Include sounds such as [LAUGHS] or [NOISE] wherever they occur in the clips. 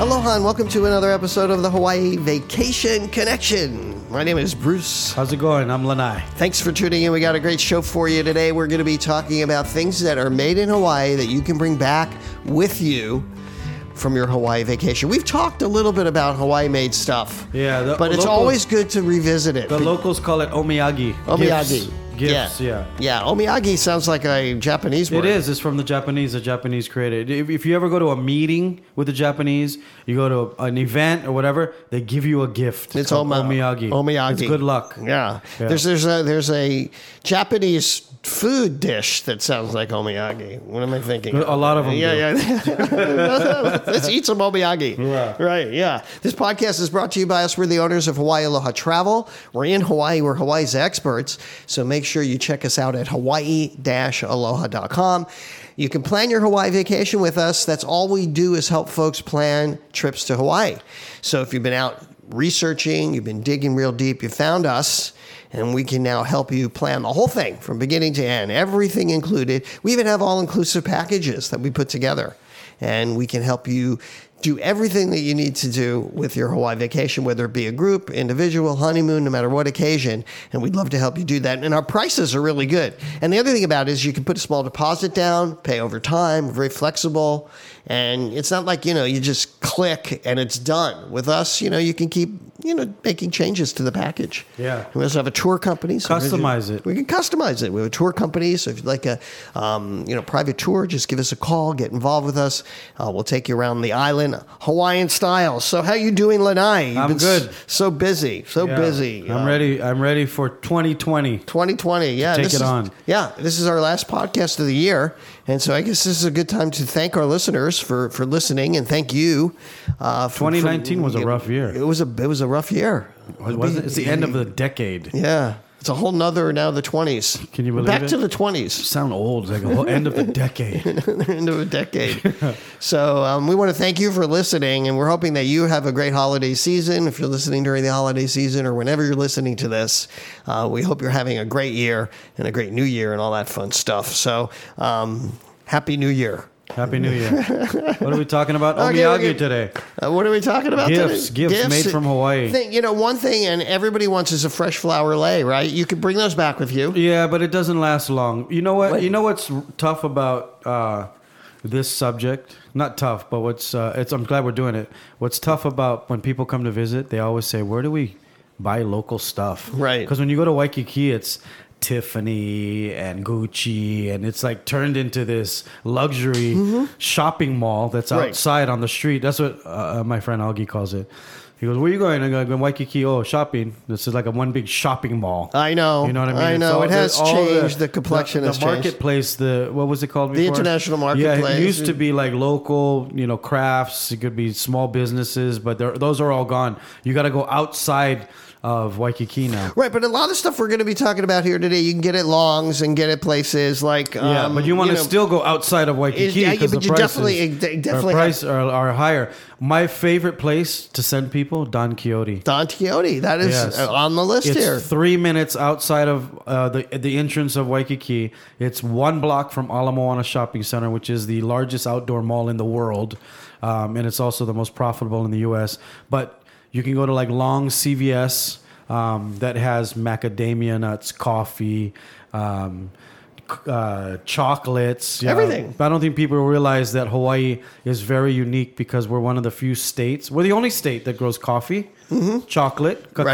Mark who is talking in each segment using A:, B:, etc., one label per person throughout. A: aloha and welcome to another episode of the Hawaii Vacation Connection. My name is Bruce.
B: How's it going? I'm Lanai.
A: Thanks for tuning in. We got a great show for you today. We're going to be talking about things that are made in Hawaii that you can bring back with you from your Hawaii vacation. We've talked a little bit about Hawaii made stuff.
B: Yeah, the
A: but it's
B: local-
A: always good to revisit it.
B: The
A: Be-
B: locals call it omiyagi.
A: Omiyagi.
B: Gifts, Gifts, yeah.
A: yeah. Omiyagi sounds like a Japanese word.
B: It is. It's from the Japanese. The Japanese created. If, if you ever go to a meeting with the Japanese, you go to an event or whatever, they give you a gift.
A: It's
B: called
A: oma-
B: omiyagi.
A: Omiyagi.
B: It's good luck.
A: Yeah.
B: Yeah.
A: There's there's a there's a Japanese food dish that sounds like omiyagi. What am I thinking?
B: A lot of them
A: Yeah, [LAUGHS] yeah. [LAUGHS] Let's eat some omiyagi.
B: Yeah.
A: Right. Yeah. This podcast is brought to you by us. We're the owners of Hawaii Aloha Travel. We're in Hawaii. We're Hawaii's experts. So make sure you check us out at hawaii-aloha.com. You can plan your Hawaii vacation with us. That's all we do is help folks plan trips to Hawaii. So if you've been out researching, you've been digging real deep, you found us. And we can now help you plan the whole thing from beginning to end, everything included. We even have all inclusive packages that we put together and we can help you do everything that you need to do with your Hawaii vacation, whether it be a group, individual, honeymoon, no matter what occasion. And we'd love to help you do that. And our prices are really good. And the other thing about it is you can put a small deposit down, pay over time, very flexible. And it's not like, you know, you just click and it's done. With us, you know, you can keep, you know, making changes to the package.
B: Yeah.
A: We also have a tour company. so
B: Customize it.
A: we can customize it. We have a tour company, so if you'd like a um, you know private tour, just give us a call, get involved with us. Uh, we'll take you around the island, Hawaiian style. So how you doing, Lanai? You've
B: I'm
A: been s-
B: good.
A: So busy, so
B: Yeah.
A: busy.
B: I'm
A: Uh,
B: ready. I'm ready for 2020.
A: 2020. Yeah,
B: Take
A: this
B: it
A: is-
B: on.
A: Yeah, this is our last podcast of the year, and so I guess this is a good time to thank our listeners for for listening, and thank you. Uh, for-
B: 2019
A: for-
B: was a rough year.
A: It was a it was a rough year.
B: It wasn't, it's the end of the decade.
A: Yeah, it's a whole nother now the 20s.
B: Can you
A: We're
B: believe
A: back
B: it?
A: to the 20s?
B: Sound old. Like a whole end of
A: [LAUGHS]
B: the decade.
A: end of a decade. so um, we want to thank you for listening, and we're hoping that you have a great holiday season. If you're listening during the holiday season or whenever you're listening to this, uh, we hope you're having a great year and a great new year and all that fun stuff. So um, happy new year.
B: Happy New
A: [LAUGHS]
B: Year. What are we talking about?
A: Okay,
B: Omiyagi
A: okay.
B: today.
A: Uh, what are we talking about?
B: Gifts,
A: today?
B: gifts made from Hawaii.
A: Thing- you know, one thing, and everybody wants is a fresh flower lei, right? You can bring those back with you.
B: Yeah, but it doesn't last long. You know what? You know what's r- tough about uh, this subject? Not tough, but what's uh, it's. I'm glad we're doing it. What's tough about when people come to visit? They always say, "Where do we buy local stuff?"
A: Right.
B: Because when you go to Waikiki, it's Tiffany and Gucci, and it's like turned into this luxury shopping mall that's
A: Mm-hmm. Right.
B: outside on the street. That's what uh, uh, my friend Augie calls it. He goes, "Where you going?" I go, "I'm going Waikiki. Oh, shopping. This is like a one big shopping mall."
A: I know.
B: You know what I mean?
A: I
B: It's
A: know.
B: all-
A: it has
B: all
A: changed. The, complexion
B: the,
A: has
B: the
A: changed.
B: marketplace. The what was it called? Before?
A: international
B: Yeah,
A: marketplace.
B: it used to be like local, you know, crafts. It could be small businesses, but they're- those are all gone. You got to go outside of Waikiki now.
A: Right, but a lot of the stuff we're going to be talking about here today, you can get at Longs and get at places like. Um,
B: Yeah, but you want to
A: know,
B: still go outside of Waikiki
A: yeah, yeah,
B: because
A: but
B: the
A: you
B: prices,
A: definitely- it de- definitely
B: our price are, are higher. My favorite place to send people, Don Quixote.
A: Don Quixote. That is
B: Yes.
A: uh, on the list
B: It's
A: here.
B: three minutes outside of uh, the the entrance of Waikiki. It's one block from Ala Moana Shopping Center, which is the largest outdoor mall in the world, um, and it's also the most profitable in the U.S. But you can go to like Long CVS um, that has macadamia nuts, coffee. Um, c- uh, chocolates, you know.
A: Everything.
B: But I don't think people realize that Hawaii is very unique because we're one of the few states. We're the only state that grows coffee, chocolate, cacao,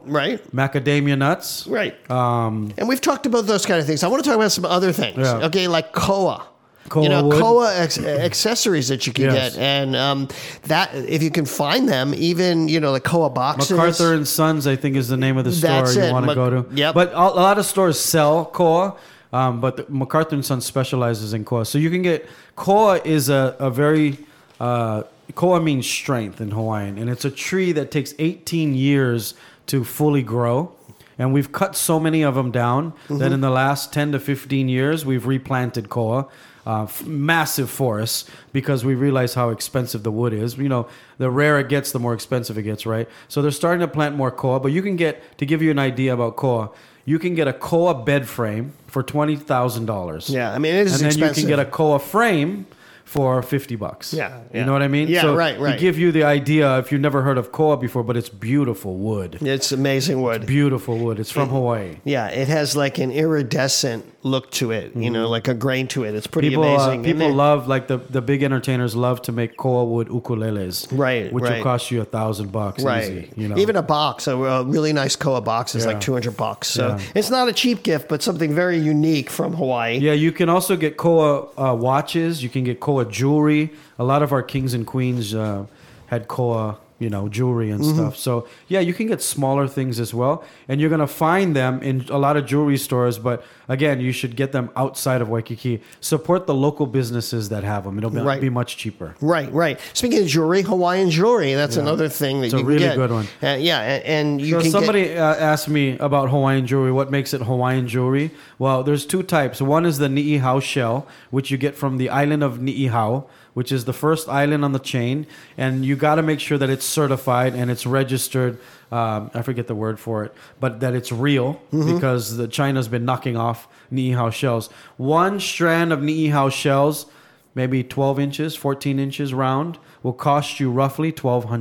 A: Mm-hmm. Right,
B: macadamia nuts.
A: right, right.
B: Um,
A: and we've talked about those kind of things. I want to talk about some other things.
B: Yeah.
A: Okay, like koa.
B: Koa
A: you know,
B: wood.
A: koa ex- accessories that you can
B: Yes.
A: get, and um, that if you can find them, even you know, like koa boxes.
B: MacArthur and Sons, I think, is the name of the store
A: That's it.
B: you want to
A: Mac-
B: go to.
A: yep.
B: But a, a lot of stores sell koa, um, but the, MacArthur and Sons specializes in koa, so you can get koa is a a very uh, koa means strength in Hawaiian, and it's a tree that takes 18 years to fully grow. And we've cut so many of them down that in the last 10 to 15 years, we've replanted koa, uh, f- massive forests, because we realize how expensive the wood is. You know, the rarer it gets, the more expensive it gets, right? So they're starting to plant more koa, but you can get, to give you an idea about koa, you can get a koa bed frame for $20,000.
A: Yeah, I mean, it is
B: And then you
A: expensive.
B: can get a koa frame for 50 bucks.
A: Yeah,
B: You
A: yeah.
B: know what I mean?
A: Yeah,
B: so
A: right, right.
B: To give you the idea, if you've never heard of koa before, but it's beautiful wood.
A: It's amazing wood.
B: Beautiful wood. It's from Hawaii.
A: Yeah, it has like an iridescent look to it, you know, like a grain to it. It's pretty
B: Mm-hmm. People, uh,
A: amazing. And
B: people
A: then-
B: love like the, the big entertainers love to make koa wood ukuleles,
A: Right,
B: Which
A: right.
B: will cost you a thousand bucks,
A: right.
B: Easy, you know,
A: Even a box, a, a really nice koa box is
B: Yeah.
A: like 200 bucks. So
B: Yeah.
A: it's not a cheap gift, but something very unique from Hawaii.
B: Yeah, you can also get koa uh, watches. You can get koa jewelry. A lot of our kings and queens uh, had koa, you know, jewelry and stuff. So yeah, you can get smaller things as well, and you're gonna find them in a lot of jewelry stores. But again, you should get them outside of Waikiki. Support the local businesses that have them. It'll be,
A: Right.
B: be much cheaper.
A: Right, right. Speaking of jewelry, Hawaiian jewelry, that's another thing that
B: a
A: you can
B: really
A: get.
B: good one.
A: Uh, yeah, and, and you
B: So
A: can
B: somebody uh, asked me about Hawaiian jewelry. What makes it Hawaiian jewelry? Well, there's two types. One is the Ni'ihau shell, which you get from the island of Ni'ihau, which is the first island on the chain, and you got to make sure that it's certified and it's registered. Um, I forget the word for it, but that it's real
A: Mm-hmm.
B: because the China's been knocking off Ni'ihau shells. One strand of Ni'ihau shells. Maybe 12 inches, 14 inches round will cost you roughly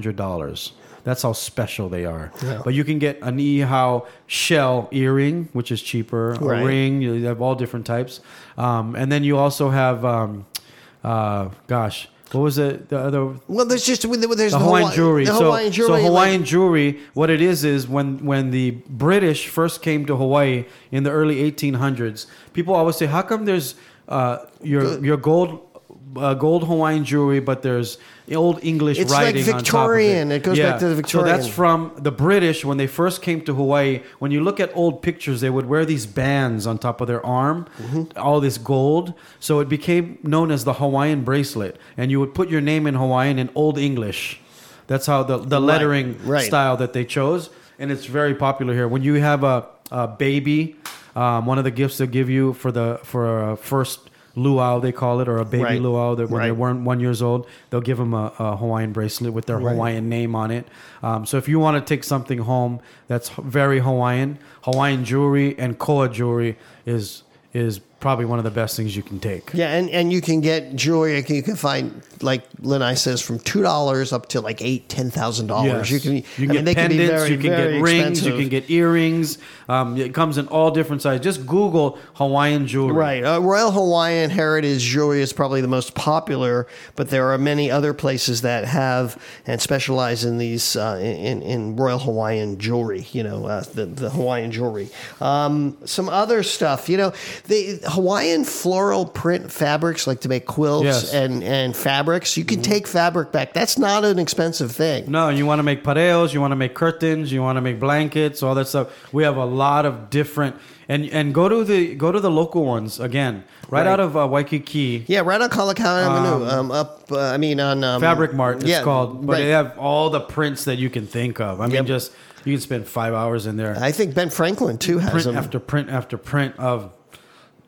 B: $1,200. That's how special they are. But you can get an Nihao shell earring, which is cheaper,
A: Right.
B: a ring. You have all different types, um, and then you also have, um, uh, gosh, what was it? The other
A: get. Well, there's just there's the,
B: the Hawaiian
A: Hawaii-
B: jewelry.
A: The
B: So-
A: Hawaiian
B: so,
A: jewelry. like-
B: Hawaiian jewelry, what it is is when when the British first came to Hawaii in the early 1800s, people always say, "How come there's uh, your your gold?" Uh, gold Hawaiian jewelry, but there's old English
A: It's like
B: writing. on top of
A: Victorian. It goes back to the
B: So
A: Victorian.
B: that's from the British when they first came to Hawaii. When you look at old pictures, they would wear these bands on top of their arm,
A: Mm-hmm.
B: all this gold. So it became known as the Hawaiian bracelet. And you would put your name in Hawaiian in Old English. That's how the, the lettering
A: right.
B: style that they chose. And it's very popular here. When you have a, a baby, um, one of the gifts they'll give you for the for a first luau they call it or a baby
A: Right.
B: luau that when
A: Right.
B: they're one, one years old they'll give them a, a hawaiian bracelet with their hawaiian name on it um, so if you want to take something home that's very hawaiian hawaiian jewelry and koa jewelry is is probably one of the best things you can take
A: Yeah, and, and you can get jewelry. You can, you can find like Lanai says from two dollars up to like eight ten thousand dollars.
B: Yes.
A: You can
B: you
A: I
B: can
A: mean,
B: get
A: they can be
B: pendants,
A: very,
B: you can
A: very
B: get rings,
A: expensive.
B: you can get earrings. Um, it comes in all different sizes. Just Google Hawaiian jewelry.
A: Right. Uh, Royal Hawaiian Heritage Jewelry is probably the most popular, but there are many other places that have and specialize in these uh, in in Royal Hawaiian jewelry. You know, uh, the the Hawaiian jewelry. Um, some other stuff. You know, the Hawaiian floral print fabrics, like to make quilts
B: Yes. Mm-hmm.
A: and and fabrics. You can take fabric back. That's not an expensive thing.
B: No, you want to make pareos, you want to make curtains, you want to make blankets, all that stuff. We have a lot of different and and go to the go to the local ones again. Right, out of uh, Waikiki.
A: Yeah, right on Kalakaua Avenue. Um, up. Uh, I mean, on um,
B: Fabric Mart, it's
A: yeah,
B: called, but
A: right.
B: they have all the prints that you can think of. I mean,
A: Yep.
B: just you can spend five hours in there.
A: I think Ben Franklin too has
B: print
A: them.
B: after print after print of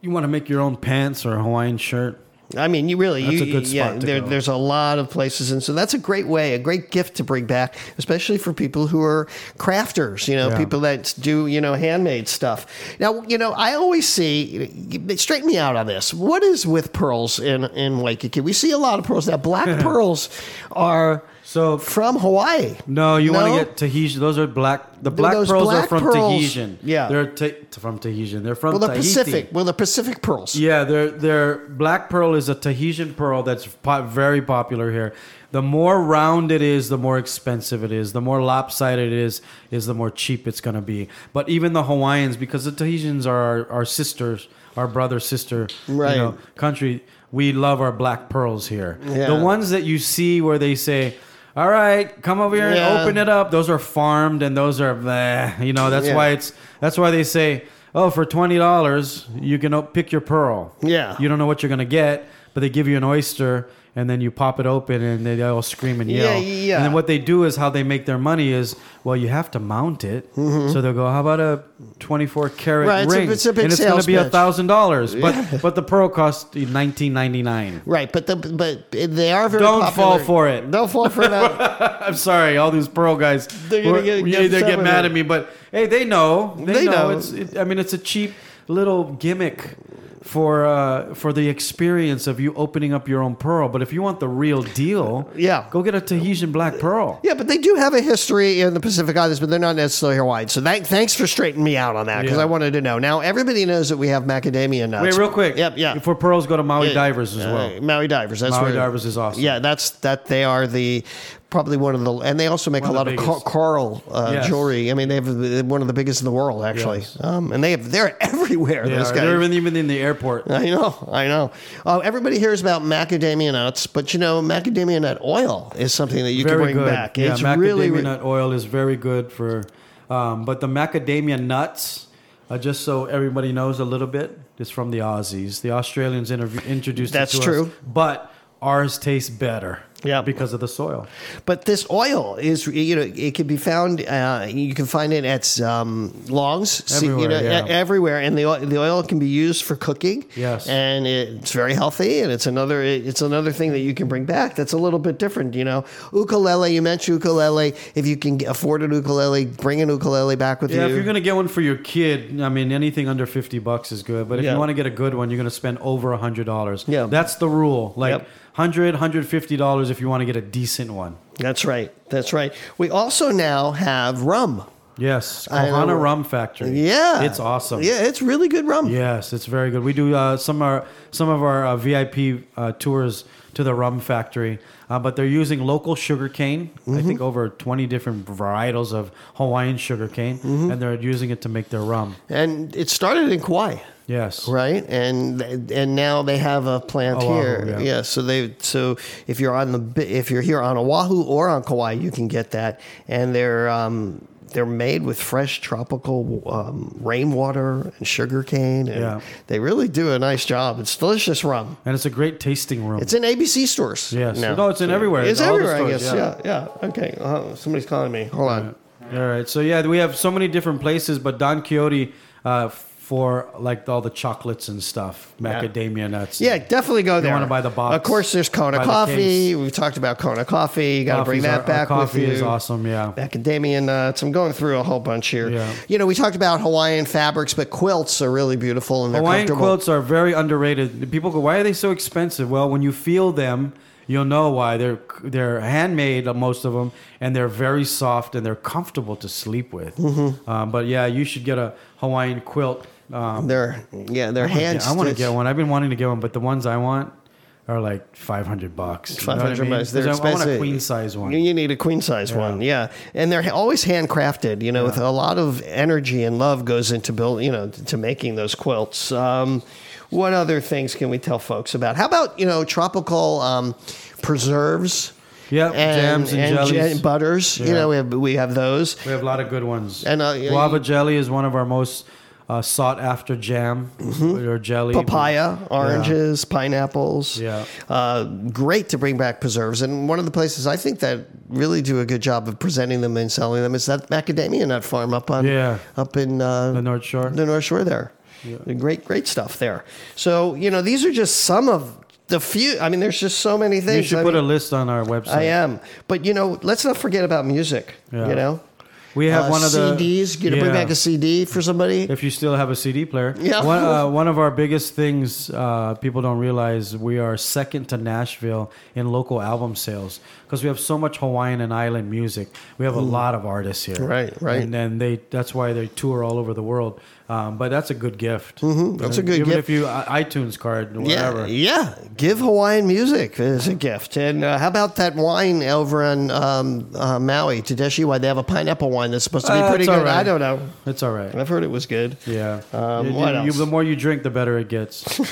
B: you want to make your own pants or a Hawaiian shirt.
A: I mean, you really,
B: That's
A: you,
B: a good spot
A: yeah,
B: to
A: there,
B: go.
A: there's a lot of places. And so that's a great way, a great gift to bring back, especially for people who are crafters, you know,
B: Yeah.
A: people that do, you know, handmade stuff. Now, you know, I always see, straighten me out on this. What is with pearls in, in Waikiki? We see a lot of pearls. Now,
B: [LAUGHS]
A: black pearls are
B: So
A: from Hawaii.
B: no, you
A: No?
B: want to get Tahitian. Those are black. The black
A: those
B: pearls
A: black
B: are from
A: pearls-
B: Tahitian.
A: yeah.
B: they're ta- from Tahitian. They're from
A: Well, the
B: Tahiti.
A: Pacific, well, the Pacific pearls.
B: Yeah, their their black pearl is a Tahitian pearl that's po- very popular here. The more round it is, the more expensive it is. The more lopsided it is, is the more cheap it's going to be. But even the Hawaiians, because the Tahitians are our, our sisters, our brother sister,
A: Right.
B: you know, country, we love our black pearls here.
A: Yeah.
B: The ones that you see where they say. All right, come over here
A: Yeah.
B: and open it up. Those are farmed, and those are, bleh, you know, that's
A: Yeah.
B: why it's that's why they say, oh, for twenty dollars you can o- pick your pearl.
A: Yeah.
B: You don't know what you're gonna get, but they give you an oyster and then you pop it open and they all scream and
A: Yeah,
B: yell.
A: yeah.
B: And then what they do is how they make their money is well, you have to mount it. So they'll go, how about a twenty-four carat
A: Mm-hmm. Right, it's a- it's
B: ring?
A: a big
B: and it's
A: sales
B: gonna be a
A: pitch.
B: thousand dollars, but but the pearl costs nineteen ninety-nine.
A: Right, but the but they are very
B: Don't
A: popular.
B: fall for it.
A: Don't fall for
B: [LAUGHS]
A: Uh, that.
B: I'm sorry, all these pearl guys.
A: They're gonna get-
B: yeah,
A: get
B: they
A: upset
B: get
A: with
B: mad
A: it.
B: at me, but hey, they know. They,
A: They know.
B: know. It's. It, I mean, it's a cheap little gimmick for uh, for the experience of you opening up your own pearl. But if you want the real deal,
A: Yeah.
B: go get a Tahitian black pearl.
A: Yeah, but they do have a history in the Pacific Islands, but they're not necessarily Hawaii. So thank, thanks for straightening me out on that because
B: Yeah.
A: I wanted to know. Now everybody knows that we have macadamia nuts.
B: Wait, real quick.
A: Yep, yeah.
B: For pearls, go to Maui Divers as
A: Uh,
B: well.
A: Maui divers. That's
B: Maui
A: where-
B: Divers is awesome.
A: Yeah, that's that. They are the probably one of the, and they also make
B: One
A: a
B: of
A: lot
B: the
A: of cor-
B: biggest.
A: coral uh,
B: Yes.
A: jewelry. I mean, they have they're one of the biggest in the world actually.
B: Yes.
A: Um, and they have they're [LAUGHS] everywhere.
B: They
A: those
B: are.
A: guys.
B: They're even, even in the airport.
A: I know, I know. Uh, everybody hears about macadamia nuts, but you know, macadamia nut oil is something that you can
B: very
A: bring
B: good.
A: back. eh?
B: Yeah,
A: it's
B: macadamia
A: really re-
B: nut oil is very good for, um, but the macadamia nuts. Uh, just so everybody knows a little bit, it's from the Aussies. The Australians interview, introduced
A: That's
B: it to us,
A: true.
B: but ours tastes better.
A: Yeah.
B: because of the soil.
A: But this oil is, you know, it can be found. Uh, you can find it at um, Longs, see, you know,
B: Everywhere, yeah.
A: e- everywhere, and the oil, the oil can be used for cooking.
B: Yes.
A: and it's very healthy, and it's another it's another thing that you can bring back. That's a little bit different, you know. Ukulele, you mentioned ukulele. If you can afford an ukulele, bring an ukulele back with
B: Yeah,
A: you.
B: if you're gonna get one for your kid, I mean, anything under fifty bucks is good. But if
A: Yeah.
B: you want to get a good one, you're gonna spend over a hundred dollars.
A: Yeah.
B: that's the rule. Like
A: Yep.
B: hundred, hundred fifty dollars if you want to get a decent one.
A: That's right. That's right. We also now have rum.
B: Yes,
A: I know.
B: Kohana Rum Factory.
A: Yeah,
B: it's awesome.
A: Yeah, it's really good rum.
B: Yes, it's very good. We do uh, some of our some of our uh, VIP uh, tours to the rum factory, uh, but they're using local sugar cane.
A: Mm-hmm.
B: I think over twenty different varietals of Hawaiian sugar cane,
A: Mm-hmm.
B: and they're using it to make their rum.
A: And it started in Kauai.
B: Yes,
A: right and and now they have a plant
B: Oahu,
A: here
B: yeah.
A: yeah. so they so if you're on the bi- if you're here on Oahu or on Kauai you can get that and they're um they're made with fresh tropical um, rainwater and sugar cane and
B: Yeah.
A: they really do a nice job it's delicious rum
B: and it's a great tasting rum.
A: it's in ABC stores
B: Yes.
A: now.
B: No, it's in everywhere.
A: it's
B: All the
A: everywhere I
B: stores,
A: guess yeah
B: yeah.
A: yeah, okay uh, somebody's calling me hold on
B: All right. So yeah, we have so many different places, but Don Quixote uh, for like all the chocolates and stuff, macadamia nuts.
A: Yeah, definitely go there.
B: wanna buy the box,
A: Of course, there's Kona
B: buy the
A: coffee.
B: case.
A: We've talked about Kona coffee. You got to bring
B: Coffees are-
A: that
B: our
A: back
B: coffee
A: with you.
B: is awesome. Yeah.
A: Macadamia nuts. uh, I'm going through a whole bunch here.
B: Yeah.
A: You know, we talked about Hawaiian fabrics, but quilts are really beautiful and they're
B: Hawaiian
A: comfortable.
B: quilts are very underrated. People go, why are they so expensive? Well, when you feel them, you'll know why. They're they're handmade, uh, most of them, and they're very soft and they're comfortable to sleep with.
A: Mm-hmm.
B: Um, but yeah, you should get a Hawaiian quilt. Um,
A: They're yeah, they're hand.
B: yeah, I want to get one. I've been wanting to get one, but the ones I want are like five hundred bucks. You know what I
A: Five hundred
B: mean?
A: bucks. They're
B: 'Cause I, I
A: expensive.
B: want a queen size one.
A: You need a queen size one, yeah. And they're always handcrafted. You know, with a lot of energy and love goes into build. You know, to making those quilts. Um, what other things can we tell folks about? How about you know tropical um, preserves?
B: Yep, jams and
A: ja-
B: jellies.
A: butters. You
B: Yeah.
A: know, we have, we have those.
B: We have a lot of good ones.
A: And, uh,
B: guava jelly is one of our most uh, sought after jam or jelly.
A: Mm-hmm. Papaya, oranges, pineapples.
B: Yeah.
A: Uh, great to bring back preserves. And one of the places I think that really do a good job of presenting them and selling them is that macadamia nut farm up on
B: Yeah.
A: up in uh,
B: The North Shore.
A: the North Shore there. Great, great stuff there. So you know, these are just some of the few. I mean, there's just so many things.
B: You should
A: I
B: put
A: mean,
B: a list on our website.
A: I am, but you know, let's not forget about music.
B: Yeah.
A: You know,
B: We have
A: Uh,
B: one of the
A: CDs. You know, bring
B: Yeah.
A: back a CD for somebody.
B: If you still have a CD player,
A: Yeah.
B: One,
A: [LAUGHS]
B: uh, one of our biggest things uh, people don't realize we are second to Nashville in local album sales because we have so much Hawaiian and island music. We have a lot of artists here,
A: Mm. Right, right.
B: and then they that's why they tour all over the world. Um, but that's a good gift. Mm-hmm.
A: That's a good
B: even
A: gift.
B: if you i- iTunes card,
A: Yeah,
B: whatever.
A: yeah. Give Hawaiian music as a gift. And uh, how about that wine over on um, uh, Maui, Tadeshi wine? They have a pineapple wine that's supposed to be
B: Uh,
A: pretty
B: it's
A: good.
B: all right.
A: I don't know.
B: It's all right.
A: [LAUGHS] I've heard it was good.
B: Yeah.
A: Um,
B: You-
A: what
B: you- you-
A: else?
B: the more you drink, the better it
A: [LAUGHS]
B: gets. [LAUGHS]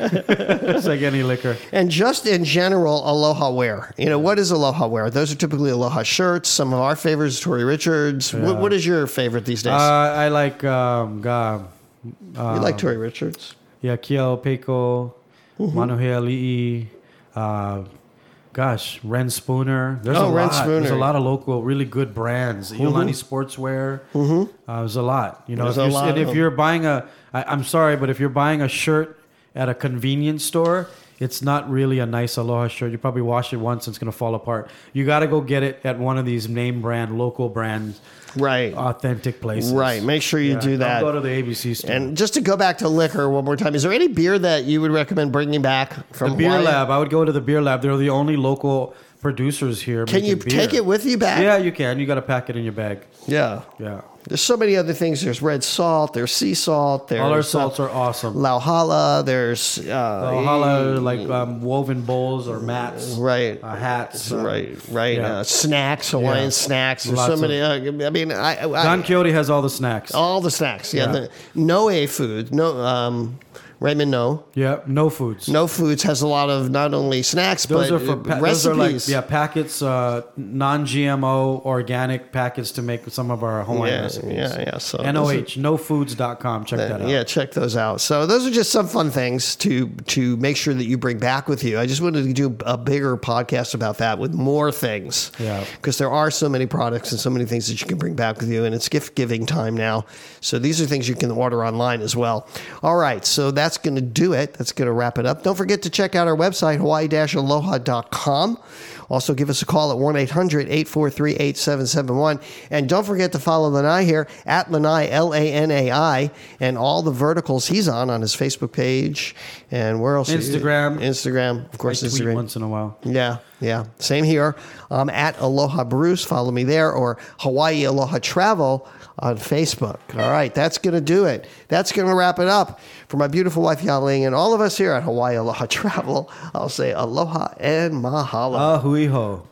B: it's like any liquor.
A: And just in general, aloha wear. You know, what is aloha wear? Those are typically aloha shirts. Some of our favorites, Tori Richards. What, what is your favorite these days?
B: Uh, I like um, God.
A: you like Tori Richards?
B: Yeah, Kiel Peiko, Manohea Ali'i, uh, gosh, Ren Spooner. There's
A: Oh,
B: a
A: Ren
B: lot. There's a
A: Spooner.
B: lot of local, really good brands. Iolani Sportswear. Uh, there's a lot. You know,
A: Mm-hmm. There's
B: if,
A: a
B: you're,
A: lot
B: and
A: of
B: if
A: them.
B: you're buying a, I, I'm sorry, but if you're buying a shirt at a convenience store, It's not really a nice aloha shirt. You probably wash it once and it's going to fall apart. You got to go get it at one of these name brand, local brand,
A: Right.
B: authentic places.
A: Uh, Right. Make sure you
B: Yeah,
A: do
B: don't
A: that.
B: go to the ABC store.
A: And just to go back to liquor one more time, is there any beer that you would recommend bringing back from
B: the beer
A: Hawaii?
B: lab. I would go to the beer lab. They're the only local producers here.
A: Can you
B: making beer.
A: take it with you back?
B: Yeah, you can. You got to pack it in your bag.
A: Yeah.
B: Yeah.
A: There's so many other things. There's red salt. There's sea salt. There's
B: All our
A: uh,
B: salts are awesome.
A: Lauhala. There's uh,
B: Valhalla, like um, woven bowls or mats,
A: Right.
B: Uh, hats, um,
A: Right, right.
B: Yeah.
A: Uh, snacks, Hawaiian
B: Yeah.
A: snacks. There's
B: Lots
A: so many. Uh, I mean, I, I,
B: Don Quixote has all the snacks.
A: all the snacks. Yeah,
B: Yeah.
A: the Noe food. No, um, Raymond No.
B: Yeah, no foods.
A: No Foods has a lot of not only snacks
B: those
A: but
B: are for
A: uh,
B: pa-
A: recipes.
B: those are like yeah packets, uh, non-GMO organic packets to make some of our Hawaiian
A: Yeah,
B: recipes.
A: yeah, yeah. So those are-
B: NOH, nofoods.com. Check that out.
A: Yeah, check those out. So those are just some fun things to to make sure that you bring back with you. I just wanted to do a bigger podcast about that with more things.
B: Yeah.
A: Because there are so many products and so many things that you can bring back with you and it's gift giving time now. So these are things you can order online as well. All right, so that's going to do it. That's going to wrap it up. Don't forget to check out our website hawaii-aloha.com. Also give us a call at 1-800-843-8771 and don't forget to follow Lanai here at Lanai L A N A I and all the verticals he's on on his Facebook page and where else
B: Instagram.
A: Instagram of
B: I
A: course
B: tweet
A: Instagram
B: once in a while.
A: yeah, yeah. Same here. Um, at Aloha Bruce, follow me there, or Hawaii Aloha Travel on Facebook. All right, that's going to do it. That's going to wrap it up. For my beautiful wife, Yaling, and [LAUGHS] all of us here at Hawaii Aloha Travel, I'll say aloha and mahalo.
B: Ahuiho.